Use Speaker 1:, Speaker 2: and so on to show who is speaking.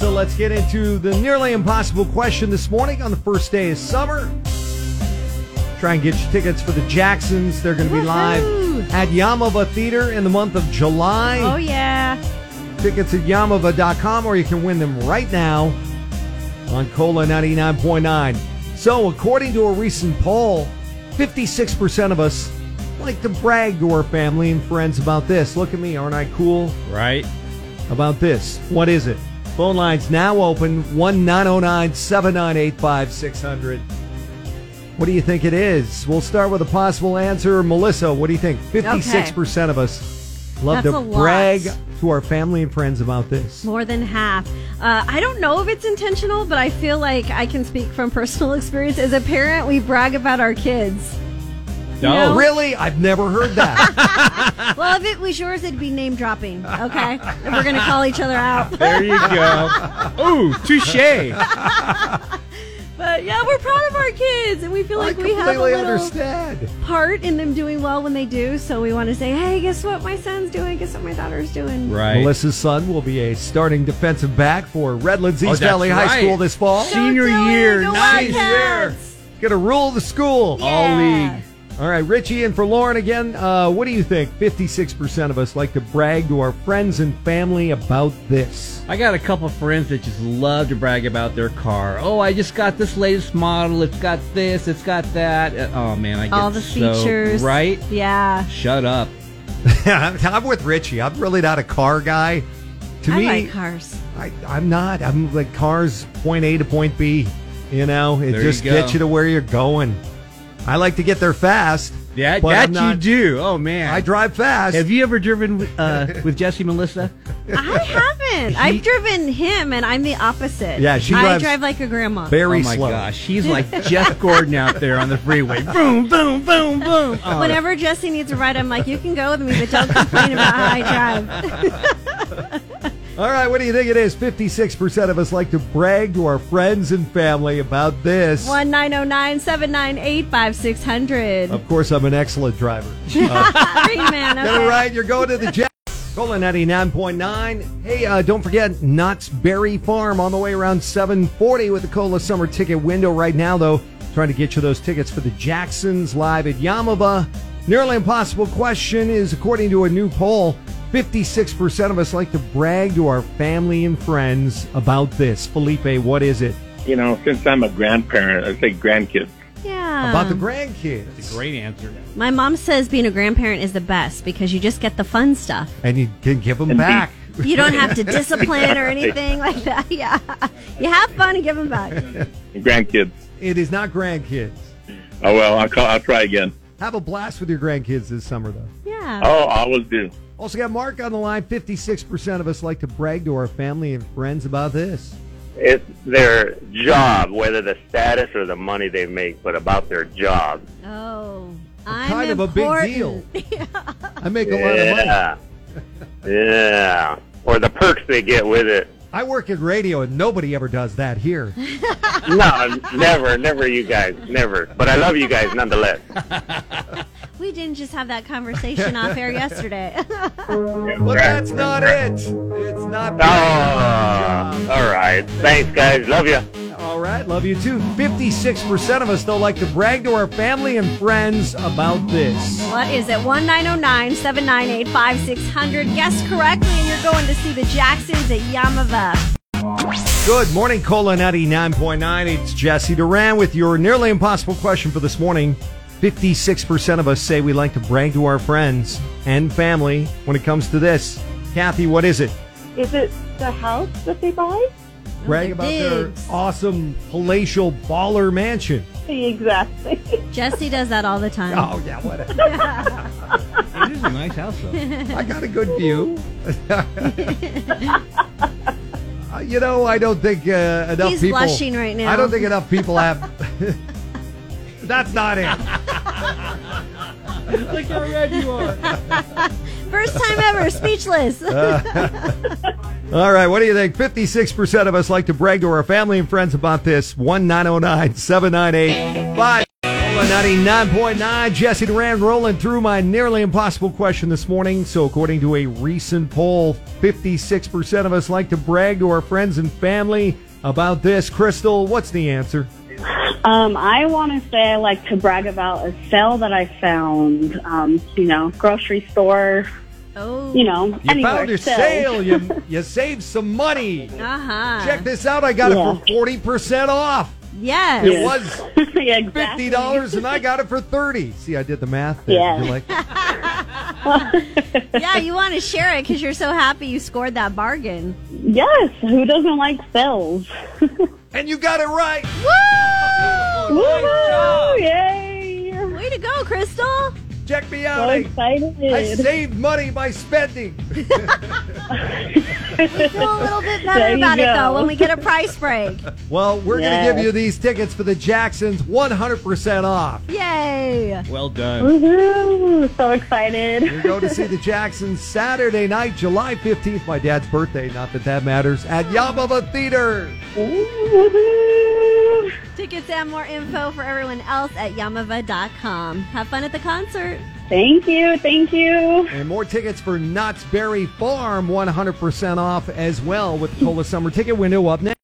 Speaker 1: let's get into the nearly impossible question this morning on the first day of summer. Try and get your tickets for the Jacksons. They're going to be
Speaker 2: Woohoo!
Speaker 1: live at Yamava Theater in the month of July.
Speaker 2: Oh yeah.
Speaker 1: Tickets at yamava.com or you can win them right now on Cola 99.9. So, according to a recent poll, 56% of us like to brag to our family and friends about this. Look at me, aren't I cool?
Speaker 3: Right?
Speaker 1: about this. What is it? Phone lines now open oh 1 909 798 5600. What do you think it is? We'll start with a possible answer. Melissa, what do you think? 56% of us love
Speaker 2: That's
Speaker 1: to
Speaker 2: a lot.
Speaker 1: brag to our family and friends about this.
Speaker 2: More than half. Uh, I don't know if it's intentional, but I feel like I can speak from personal experience. As a parent, we brag about our kids.
Speaker 3: No.
Speaker 2: No.
Speaker 1: Really? I've never heard that.
Speaker 2: Well, if it was yours, it'd be name dropping. Okay, If we're gonna call each other out.
Speaker 3: There you go. Ooh, touche.
Speaker 2: But yeah, we're proud of our kids, and we feel
Speaker 1: I
Speaker 2: like we
Speaker 1: completely
Speaker 2: have a little
Speaker 1: understand.
Speaker 2: part in them doing well when they do. So we want to say, hey, guess what my son's doing? Guess what my daughter's doing?
Speaker 3: Right.
Speaker 1: Melissa's son will be a starting defensive back for Redlands
Speaker 3: Oh,
Speaker 1: East
Speaker 3: that's
Speaker 1: Valley High
Speaker 3: right.
Speaker 1: School this fall.
Speaker 3: She- Senior
Speaker 2: do it,
Speaker 3: year,
Speaker 2: go
Speaker 3: nice.
Speaker 2: Wildcats.
Speaker 1: Gonna rule the school. Oh.
Speaker 3: All
Speaker 2: Yeah.
Speaker 3: league.
Speaker 1: All right, Richie, and for Lauren again, uh, what do you think? 56% of us like to brag to our friends and family about this.
Speaker 3: I got a couple friends that just love to brag about their car. Oh, I just got this latest model. It's got this. It's got that. Uh, Oh man, I get
Speaker 2: All the
Speaker 3: so-
Speaker 2: features.
Speaker 3: Right?
Speaker 2: Yeah.
Speaker 3: Shut up.
Speaker 1: I'm with Richie. I'm really not a car guy. To
Speaker 2: I
Speaker 1: me,
Speaker 2: like cars.
Speaker 1: I, I'm not. I'm like cars point A to point B. You know, it
Speaker 3: There you
Speaker 1: just
Speaker 3: go.
Speaker 1: gets you to where you're going. I like to get there fast.
Speaker 3: Yeah,
Speaker 1: but
Speaker 3: that
Speaker 1: I'm not-
Speaker 3: you do. Oh man.
Speaker 1: I drive fast.
Speaker 3: Have you ever driven uh, with Jesse Melissa?
Speaker 2: I haven't. I've driven him, and I'm the opposite.
Speaker 1: Yeah, she
Speaker 2: I
Speaker 1: drives
Speaker 2: drive like a grandma.
Speaker 1: Very
Speaker 3: oh my
Speaker 1: slow.
Speaker 3: gosh, she's like Jeff Gordon out there on the freeway. Boom, boom, boom, boom. Oh,
Speaker 2: Whenever Jesse needs a ride, I'm like, you can go with me, but don't complain about how I drive.
Speaker 1: All right, what do you think it is? 56% of us like to brag to our friends and family about this.
Speaker 2: One nine zero nine seven nine eight five six hundred.
Speaker 1: Of course, I'm an excellent driver.
Speaker 2: Ring man.
Speaker 1: All
Speaker 2: okay.
Speaker 1: right, you're going to the Jets. Cola 99.9. Hey, uh, don't forget Knott's Berry Farm on the way around 740 with the Cola Summer Ticket window right now, though. Trying to get you those tickets for the Jacksons live at Yamava. Nearly impossible question is according to a new poll, 56% of us like to brag to our family and friends about this. Felipe, what is it?
Speaker 4: You know, since I'm a grandparent, I say grandkids.
Speaker 2: Yeah.
Speaker 1: About the grandkids.
Speaker 3: great answer.
Speaker 2: My mom says being a grandparent is the best because you just get the fun stuff.
Speaker 1: And you can give them
Speaker 4: Indeed.
Speaker 1: back.
Speaker 2: You don't have to discipline or anything like that. Yeah. You have fun and give them back.
Speaker 4: Grandkids.
Speaker 1: It is not grandkids.
Speaker 4: Oh well, I'll call, I'll try again.
Speaker 1: Have a blast with your grandkids this summer, though. Uh,
Speaker 2: Yeah.
Speaker 4: Oh, I always do.
Speaker 1: Also got Mark on the line. Fifty-six percent of us like to brag to our family and friends about this.
Speaker 5: it's their job, whether the status or the money they make, but about their job.
Speaker 2: Oh. I'm
Speaker 1: kind of a big
Speaker 2: important.
Speaker 1: deal. I make a lot of money.
Speaker 5: Yeah. yeah. Or the perks they get with it.
Speaker 1: I work in radio, and nobody ever does that here.
Speaker 5: No, never, never you guys, never. But I love you guys nonetheless.
Speaker 2: We didn't just have that conversation off air yesterday.
Speaker 1: But that's not it. It's not.
Speaker 5: Oh, all right. Thanks, guys. Love you.
Speaker 1: All right, love you too. Fifty-six percent of us though like to brag to our family and friends about this.
Speaker 2: what is it? 1909 798 5600. Guess correctly, and you're going to see the Jacksons at Yamava.
Speaker 1: Good morning, Cola 99.9. It's Jesse Duran with your nearly impossible question for this morning. 56% of us say we like to brag to our friends and family when it comes to this. Kathy, what is it?
Speaker 6: Is it the house that they buy?
Speaker 1: Brag
Speaker 2: the
Speaker 1: about their
Speaker 2: digs.
Speaker 1: awesome palatial baller mansion.
Speaker 6: Exactly.
Speaker 2: Jesse does that all the time.
Speaker 1: Oh, yeah, whatever.
Speaker 3: It is a nice house though.
Speaker 1: I got a good view. Uh, you know, I don't think uh, enough
Speaker 2: He's
Speaker 1: people.
Speaker 2: blushing right now.
Speaker 1: I don't think enough people have. That's not it.
Speaker 3: Look how red you are.
Speaker 2: First time ever, speechless.
Speaker 1: Uh, All right, what do you think? 56% of us oh like to brag to our family and friends about this. 1909 798 Cola 99.9. Jesse Duran rolling through my nearly impossible question this morning. So, according to a recent poll, 56% of us like to brag to our friends and family about this. Crystal, what's the answer?
Speaker 7: Um, I want to say I like to brag about a sale that I found. Um, you know, grocery store.
Speaker 2: Oh,
Speaker 7: You know,
Speaker 1: You
Speaker 7: anywhere.
Speaker 1: found your
Speaker 7: still.
Speaker 1: sale. You, you saved some money.
Speaker 2: Uh-huh.
Speaker 1: Check this out. I got
Speaker 7: Uh, Yeah.
Speaker 1: it for 40% off.
Speaker 2: Yes.
Speaker 1: It was
Speaker 7: yeah, exactly.
Speaker 1: fifty dollars, and I got it for thirty. See, I did the math. There.
Speaker 7: Yeah.
Speaker 1: Did you like that?
Speaker 2: Yeah, you want to share it because you're so happy you scored that bargain.
Speaker 7: Yes, who doesn't like sales?
Speaker 1: and you got it right.
Speaker 7: Woo! Yay!
Speaker 2: Way to go, Crystal.
Speaker 1: Check me
Speaker 7: So
Speaker 1: out. I, I
Speaker 7: excited.
Speaker 1: saved money by spending.
Speaker 2: Feel a little bit
Speaker 7: There
Speaker 2: better
Speaker 7: you
Speaker 2: about it, though,
Speaker 7: go.
Speaker 2: when we get a price break.
Speaker 1: Well, we're going
Speaker 7: Yes.
Speaker 1: to give you these tickets for the Jacksons, one hundred percent off.
Speaker 2: Yay.
Speaker 3: Well done.
Speaker 7: Woohoo! So excited.
Speaker 1: You're going to see the Jacksons Saturday night, July fifteenth, my dad's birthday. Not that that matters. At Yamava Theater.
Speaker 7: Woohoo!
Speaker 2: Tickets and more info for everyone else at yamava.com. Have fun at the concert.
Speaker 7: Thank you, thank you.
Speaker 1: And more tickets for Knott's Berry Farm, 100% off as well with the Cola Summer Ticket Window up next.